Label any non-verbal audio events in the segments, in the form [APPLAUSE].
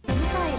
蘭の調和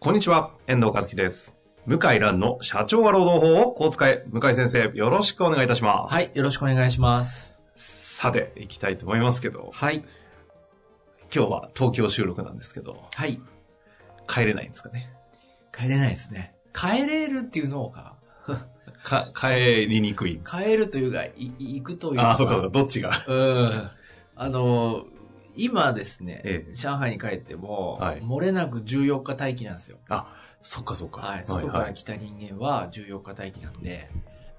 こんにちは、遠藤和樹です。向井蘭の社長が労働法をこう使え。向井先生、よろしくお願いいたします。はい、よろしくお願いします。さて、行きたいと思いますけど、はい。今日は東京収録なんですけど、はい。帰れないんですかね。帰れないですね。帰れるっていうのか。か、帰りにくい。帰るというか、い行くというああ、そうかそうか、どっちが。うん。あの、今ですね、ええ上海に帰っても、はい漏れなく14日待機なんですよ。そっかそっか。はい。外から来た人間は14日待機なんで、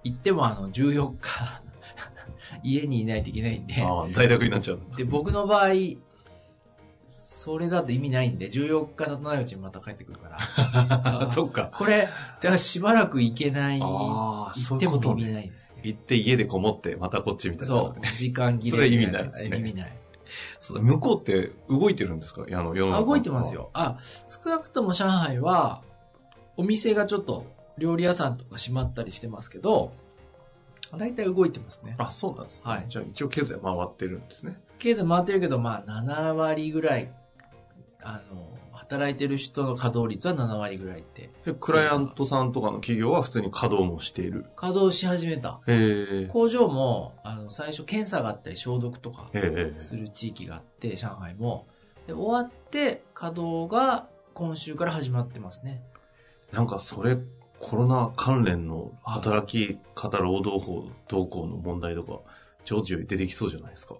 行ってもあの14日、 [LAUGHS] 家にいないといけないんで、ああ、在宅になっちゃう。で、僕の場合、それだと意味ないんで、14日経たないうちにまた帰ってくるから。 [LAUGHS] あそっか。これ、だからしばらく行けない、行ああ、そうっいてうこもと意味ね。ないですね。行って家でこもって、またこっちみたいな。そう、時間切れ。それ意味ないですね意味ない。そう。向こうって動いてるんですかあの、世の中あ、の動いてます。よ。あ、少なくとも上海は、お店がちょっと、料理屋さんとか閉まったりしてますけど、だいたい動いてますね。あ、そうなんですねはいじゃあ一応経済回ってるんですね。経済回ってるけど、まあ、7割ぐらい、あの、働いてる人の稼働率は7割ぐらいって。で、クライアントさんとかの企業は普通に稼働もしている。稼働し始めた。へえ。工場も、あの、最初検査があったり消毒とか、ええする地域があって、上海も。で、終わって、稼働が今週から始まってますね。なんかそれ、コロナ関連の働き方労働法、動向の問題とか、常時より出てきそうじゃないですか。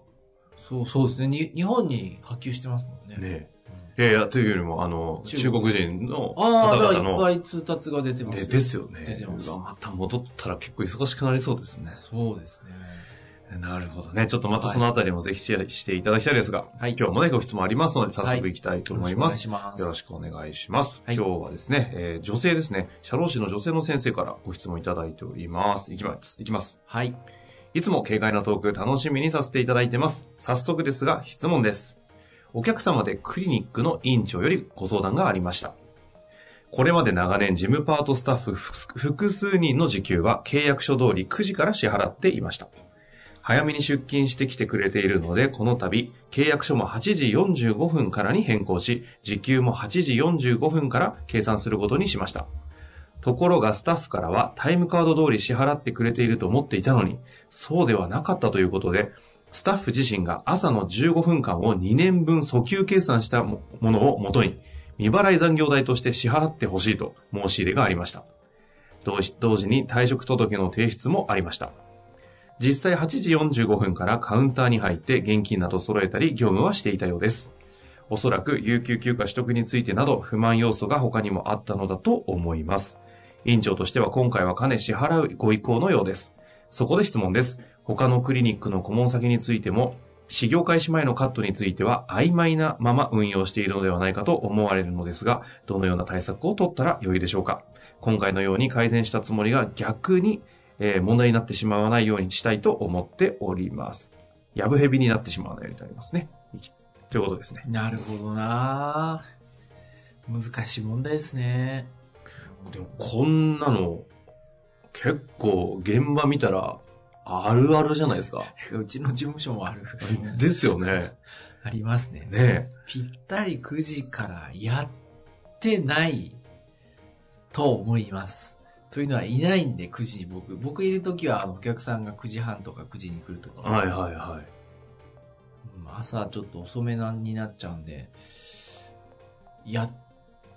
そう、そうですね。に日本に波及してますもんね。ねうえ。いんやいや、というよりも、あの、中中国国人のあ方あ、々だからいっぱの、い通達が出てますでよですよね出て。ますうわまた戻ったら結構忙しくなりそうですね。そうですね。なるほどね。ちょっとまたそのあたりもぜひシェアしていただきたいですが、はい。今日もね、ご質問ありますので、早速いきたいと思います。よろしくお願いします。よろしくお願いします。はい今日はですね、えー女性ですね、社労士の女性の先生からご質問いただいております。いきます。いきます。はい。いつも軽快なトーク楽しみにさせていただいてます。早速ですが、質問です。お客様でクリニックの院長よりご相談がありました。これまで長年事務パートスタッフ複複数人の時給は契約書通り9時から支払っていました。早めに出勤してきてくれているので、この度、契約書も8時45分からに変更し、時給も8時45分から計算することにしました。ところがスタッフからはタイムカード通り支払ってくれていると思っていたのに、そうではなかったということで、スタッフ自身が朝の15分間を2年分訴求計算したもものを元に、未払い残業代として支払ってほしいと申し入れがありました。同時同時に退職届の提出もありました。実際8時45分からカウンターに入って現金など揃えたり業務はしていたようです。おそらく有給休暇取得についてなど不満要素が他にもあったのだと思います。委員長としては今回は金支払うご意向のようです。そこで質問です。他のクリニックの顧問先についても、始業開始前のカットについては曖昧なまま運用しているのではないかと思われるのですが、どのような対策を取ったら良いでしょうか今回のように改善したつもりが逆に、えー問題になってしまわないようにしたいと思っております。やぶへびになってしまわないようになりますね。いきということですね。なるほどな難しい問題ですね。でもこんなの、結構現場見たら、あるあるじゃないですか。 [LAUGHS] うちの事務所もある。ですよね。 [LAUGHS] ありますね。ねぴったり9時からやってないと思います。というのはいないんで9時に僕、僕いる時はあのお客さんが9時半とか9時に来る時え。はいはいはうん朝ちょっと遅めなんになっちゃうんで、やっ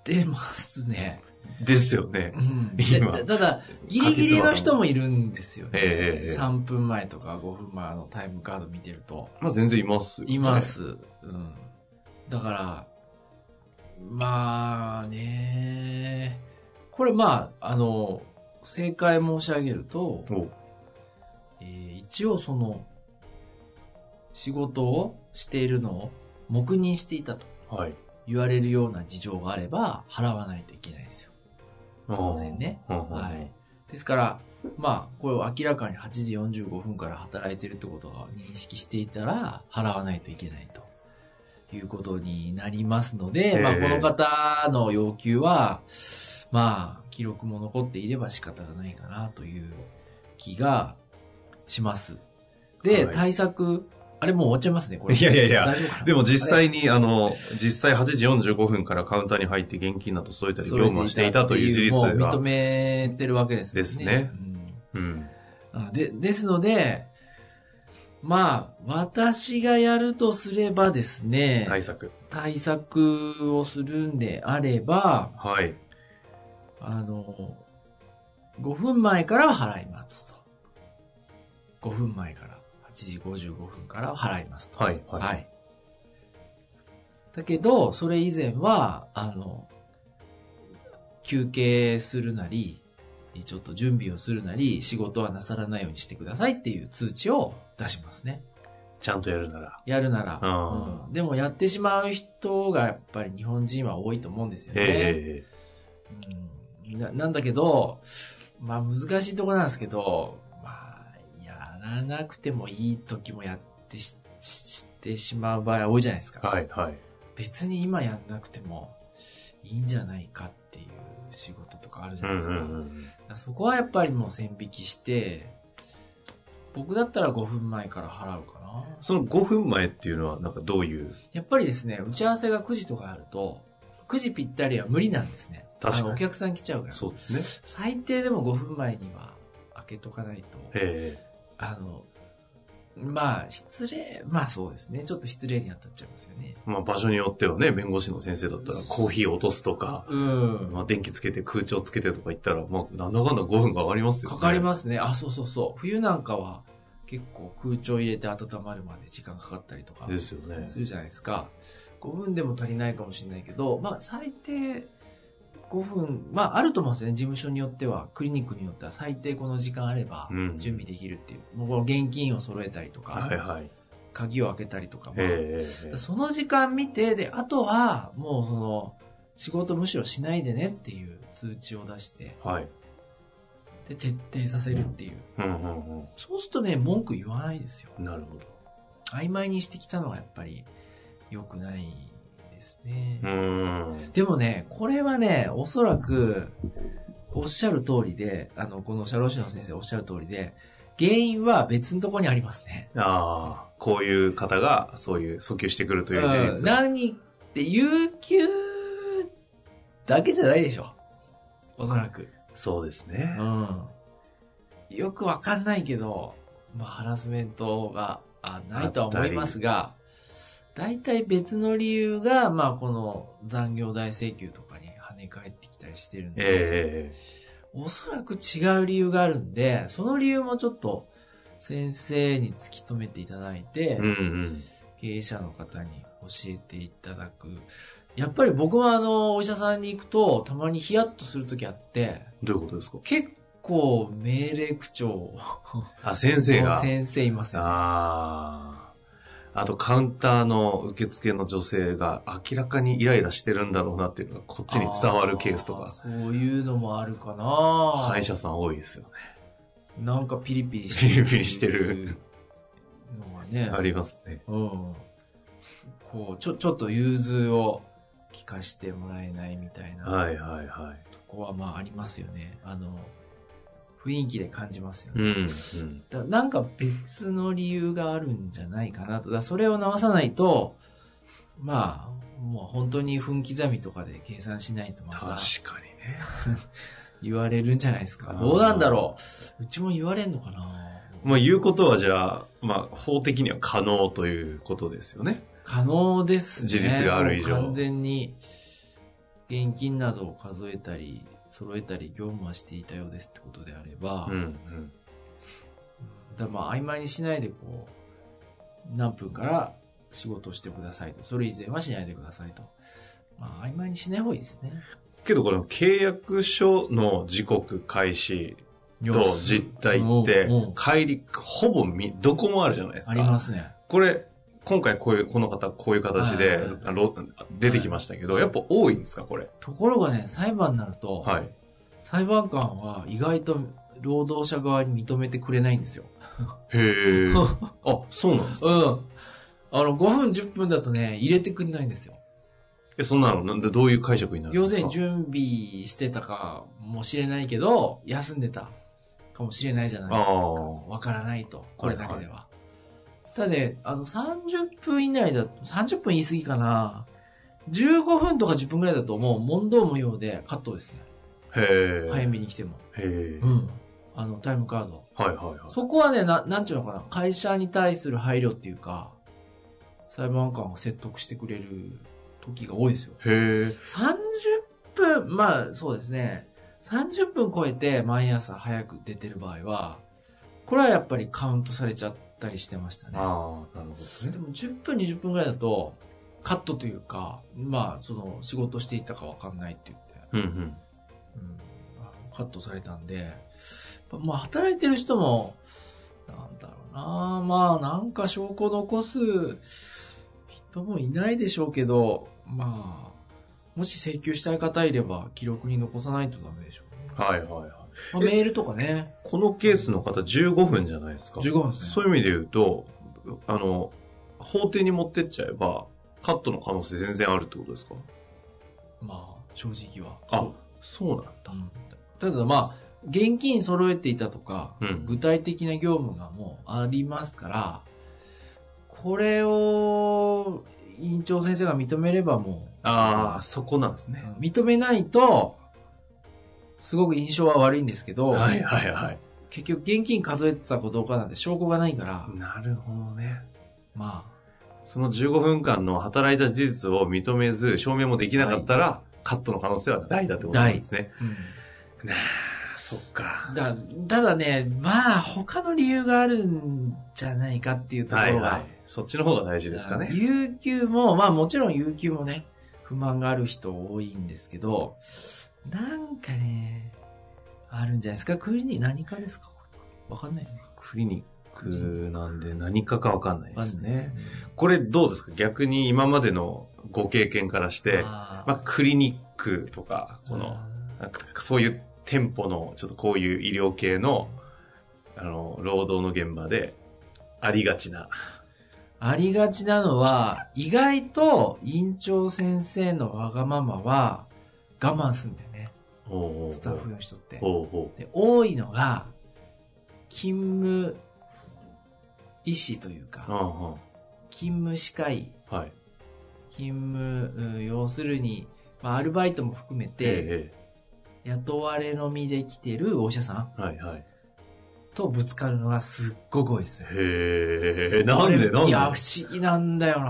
てますね。い。ですよね。うん、今たただ、ギリギリの人もいるんですよね。ええええ3分前とか5分前のタイムカード見てると。まあ全然いますよねいま。す。うん。だから、まあね、これまあ、あの、正解申し上げると、おえー一応その、仕事をしているのを黙認していたとはい。言われるような事情があれば、払わないといけないんですよ。当然ね。あー。は。はいい。ですから、まあ、これを明らかに8時45分から働いてるってことを認識していたら、払わないといけないということになりますので、ええまあ、この方の要求は、まあ、記録も残っていれば仕方がないかなという気がします。で、はい対策、あれもう終わっちゃいますね、これ。いやいやいや大丈夫かなでも実際に、あの、実際8時45分からカウンターに入って現金など添えたり業務をしていたという事もう実認が。めてるわけですもんですねううんん。あで、ですので、まあ、私がやるとすればですね、対策。対策をするんであれば、はい。あの、5分前から払いますと。5分前から、8時55分から払いますと。はいはいだけど、それ以前は、あの、休憩するなり、ちょっと準備をするなり、仕事はなさらないようにしてくださいっていう通知を出しますね。ちゃんとやるなら。やるなら。あうんでもやってしまう人がやっぱり日本人は多いと思うんですよね。えうんななんだけど、まあ難しいとこなんですけど、まあ、やらなくてもいい時もやってしししてしまう場合多いじゃないですえか。はい、はい。別に今やんなくてもいいんじゃないかっていう仕事とかあるじゃうなんいうですか。んうん。だからそこはやっぱりもう線引きして、僕だったら5分前から払うかな。その5分前っていうのは、なんかどういう、やっぱりですね、打ち合わせが9時とかあると、9時ぴったりは無理なんですね。確かにあのお客さん来ちゃうから。そうですね。最低でも5分前には開けとかないと、えあの、まあ、失礼、まあそうですね。ちょっと失礼に当たっちゃいますよね。えまあ場所によってはね、弁護士の先生だったらコーヒー落とすとか、うんまあ電気つけて空調つけてとか言ったら、まあなんだかんだ5分かかりますよかね。かりますね。あ、そうそうそう。冬なんかは結構空調入れて温まるまで時間かかったりとかですよね。するじゃないですか。5分でも足りないかもしれないけど、まあ最低5分、まああると思うんですよね。事務所によっては、クリニックによっては最低この時間あればうん準備できるっていう。もうこの現金を揃えたりとか。はいはい。鍵を開けたりとかも、ええその時間見てであとはもうその仕事むしろしないでねっていう通知を出してはい。で徹底させるっていう、うんうんうそうするとね文句言わないですよん。なるほど。曖昧にしてきたのがやっぱり良くないですね、うーん。でもねこれはねおそらくおっしゃる通りであのこの社労士の先生おっしゃる通りで原因は別のところにありますねああ、こういう方がそういう訴求してくるという事うん、実は。何って、有給だけじゃないでしょ。おそらく。そうですねう。ん。よくわかんないけど、まあハラスメントがあないとは思いますが、大体別の理由が、まあこの残業代請求とかに跳ね返ってきたりしてるんで、えおそらく違う理由があるんで、その理由もちょっと先生に突き止めていただいえて、うんうん。経営者の方に教えていただく。やっぱり僕はあの、お医者さんに行くと、たまにヒヤッとするときあって、どういうことですか結構命令口調あ、先生のが。先生いますよね。ああ。あと、カウンターの受付の女性が明らかにイライラしてるんだろうなっていうのがこっちに伝わるケースとあか、そういうのもあるかな歯医者さん多いですよね。なんかピリピリピリピリしてる。のがね。ありますね。うん。こう、ちょ、ちょっと融通を聞かしてもらえないみたいなはいはいはい。とこはまあありますよね。あの、雰囲気で感じますよね。うん、だなんか別の理由があるんじゃないかなと。だそれを直さないと、まあ、もう本当に分刻みとかで計算しないとま確たかにね。言われるんじゃないですか。うんどうなんだろう。うちも言われんのかなまあ、言うことはじゃあ、まあ、法的には可能ということですよね。可能ですね。自立がある以上もう完全に、現金などを数えたり、揃えたり、業務はしていたようですってことであれば、ん、だまあ曖昧にしないでこう何分から仕事をしてくださいとそれ以前はしないでくださいとまあ曖昧にしない方がいいですねけどこの契約書の時刻開始と実態ってうんうん帰りほぼみどこもあるじゃないですか。ありますねこれ今回こういう、この方、こういう形ではいはいはい、あの出てきましたけど、やっぱ多いんですか、これ。ところがね、裁判になると、はい。裁判官は意外と労働者側に認めてくれないんですよ。へえ。 [LAUGHS] あ、そうなんですか。うん。あの、5分、10分だとね、入れてくれないんですよ。え、そんなの、なんで、どういう解釈になるん要ですすかるに準備してたかもしれないけど、休んでたかもしれないじゃないああ。わからないと、これだけでは。ただね、あの、30分以内だと、30分言い過ぎかな。15分とか10分ぐらいだともう問答無用でカットですね。へえ。早めに来ても。へえう。ん。あの、タイムカード。はいはいはい。そこはね、ななんちゅうのかな、会社に対する配慮っていうか、裁判官を説得してくれる時が多いですよ。へえ。 30分、まあそうですね、30分超えて毎朝早く出てる場合は、これはやっぱりカウントされちゃったりしてましたね。ああ、なるほどね。でも10分、20分ぐらいだと、カットというか、まあ、その、仕事していたかわかんないって言っうて、んうん。うん、あのカットされたんで、やっぱまあ働いてる人も、なんだろうな、まあなんか証拠残す人もいないでしょうけど、まあ、もし請求したい方いれば記録に残さないとダメでしょうね。はいはいはい。まあ、メールとかね、このケースの方15分じゃないですか。 15分ですね。そういう意味で言うと、あの、法廷に持ってっちゃえば、カットの可能性全然あるってことですかまあ、正直は。あそうそうなんだただまあ、現金揃えていたとか、うん。具体的な業務がもうありますから、これを委員長先生が認めればもああ、そこなんですう、ね。認めないと、すごく印象は悪いんですけど、はいはいはい。結局現金数えてたかどうかなんて証拠がないから、なるほどね。まその15分間の働いた事実を認めず、証明もできなかったら、カットの可能性は大だってことなんですねあ。、うんなあ、そっか。だただね、まあ他の理由があるんじゃないかっていうとこはいろが、はい。そっちの方が大事ですかね。有給も、まあもちろん有給もね、不満がある人多いんですけど、なんかね、あるんじゃないですかクリニ何かですかわかんないよね。クリニックなんで何かかわかんないでわかすんないですね。。これどうですか逆に今までのご経験からして、あーまあ、クリニックとか、この、なんかそういう店舗の、ちょっとこういう医療系の、あの、労働の現場で、ありがちな。ありがちなのは、意外と院長先生のわがままは我慢すんだよね。ススタッフの人って。おうおうで多いのが、勤務医師というか、あ勤務歯科医あはい。勤務、うん要するに、まあ、アルバイトも含めて、え雇われのみで来てるお医者さんえはいはい。とぶつかるのがすっごく多いです。へえ、なんでこなんれいでや、不思議なんだよな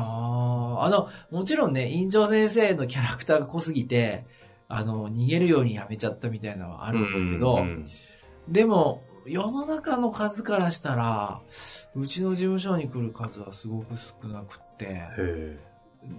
あの、もちろんね、院長先生のキャラクターが濃すぎて、あの、逃げるようにやめちゃったみたいなのはああるんですけど、でも、世の中の数からしたら、うちの事務所に来る数はすごく少なくって、へ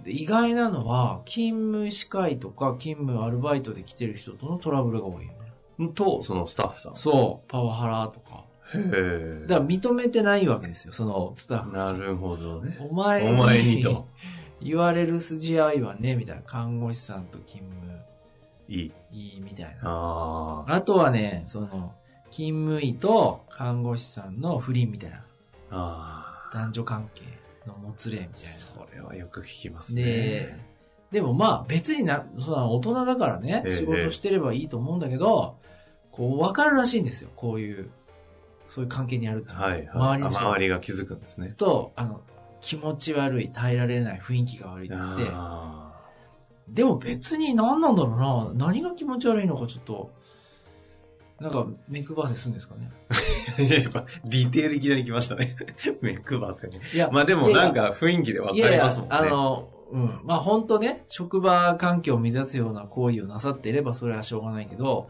で意外なのは、勤務司会とか勤務アルバイトで来てる人とのトラブルが多いよね。え。と、そのスタッフさん。そう、パワハラとか。へえ。だから認めてないわけですよ、そのスタッフ。なるほどね。お前にお前にと [LAUGHS] 言われる筋合いはね、みたいな。看護師さんと勤務いい。医みたいな。ああ。あとはね、その、勤務医と看護師さんの不倫みたいな。ああ。男女関係のもつれみたいな。それはよく聞きますね。で、でもまあ別にな、そんな大人だからね、ええ仕事してればいいと思うんだけど、こう分かるらしいんですよ、こういう、そういう関係にあるっていうのはい、は周い。りあの人周りが気づくんですね。と、あの、気持ち悪い、耐えられない、雰囲気が悪いっつって、ああでも別に何なんだろうな、何が気持ち悪いのかちょっと、なんか目配せするんですかね。 [LAUGHS] いやいやディテールいきなり来ましたね。 [LAUGHS] 目配せね。いや、まあでもいやいやなんか雰囲気でわかいやいりまやすもんね。あの、うん。まあ本当ね、職場環境を目指すような行為をなさっていればそれはしょうがないけど、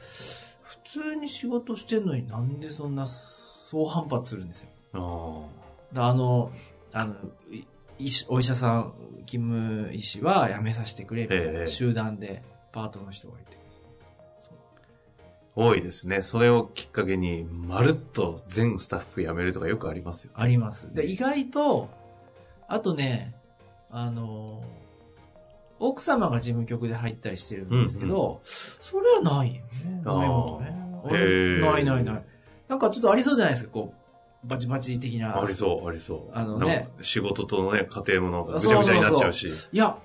普通に仕事してんのになんでそんなそう反発するんですよ。だあの、あの、い医師お医者さん、勤務医師は辞めさせてくれみたいえなえ集団でパートの人がいて。あー多いですね。それをきっかけに、まるっと全スタッフ辞めるとかよくありますよ。あります。で、意外と、あとね、あの、奥様が事務局で入ったりしてるんですけど、それはないよね。あーダメ元ね。へー俺ないないない。なんかちょっとありそうじゃないですか、こう、バチバチ的な。ありそう、ありそう。あのねなんか仕事とのね、家庭もなんかぐちゃぐちゃになっちゃうし。いや、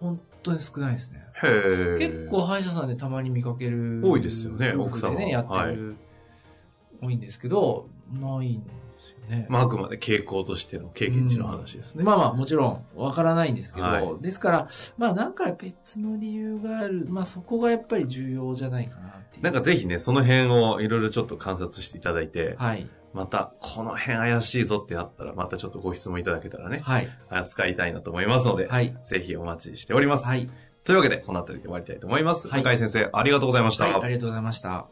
本当に少ないですね。へえ。結構歯医者さんでたまに見かける。多いですよね夫婦で奥様ね、やってる、多いんですけど、ないんですよね。まあ、あくまで傾向としての経験値の話ですね。まあまあ、もちろん、わからないんですけど、はいですから、まあ、なんか別の理由がある、まあ、そこがやっぱり重要じゃないかなっていう。なんかぜひね、その辺をいろいろちょっと観察していただいて、はい。また、この辺怪しいぞってなったら、またちょっとご質問いただけたらね、はい。扱いたいなと思いますので、はい。ぜひお待ちしております。はい。というわけで、この辺りで終わりたいと思います。はい向井先生、ありがとうございました。はい。ありがとうございました。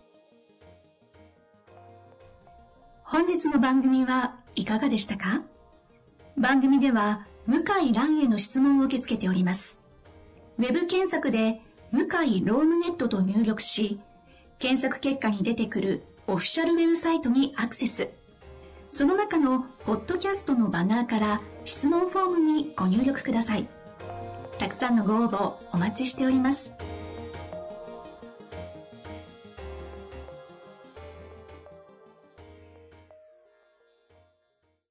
本日の番組はいかがでしたか番組では向井蘭への質問を受け付けております。ウェブ検索で向井ロームネットと入力し、検索結果に出てくるオフィシャルウェブサイトにアクセス。その中のポッドキャストのバナーから質問フォームにご入力ください。たくさんのご応募お待ちしております。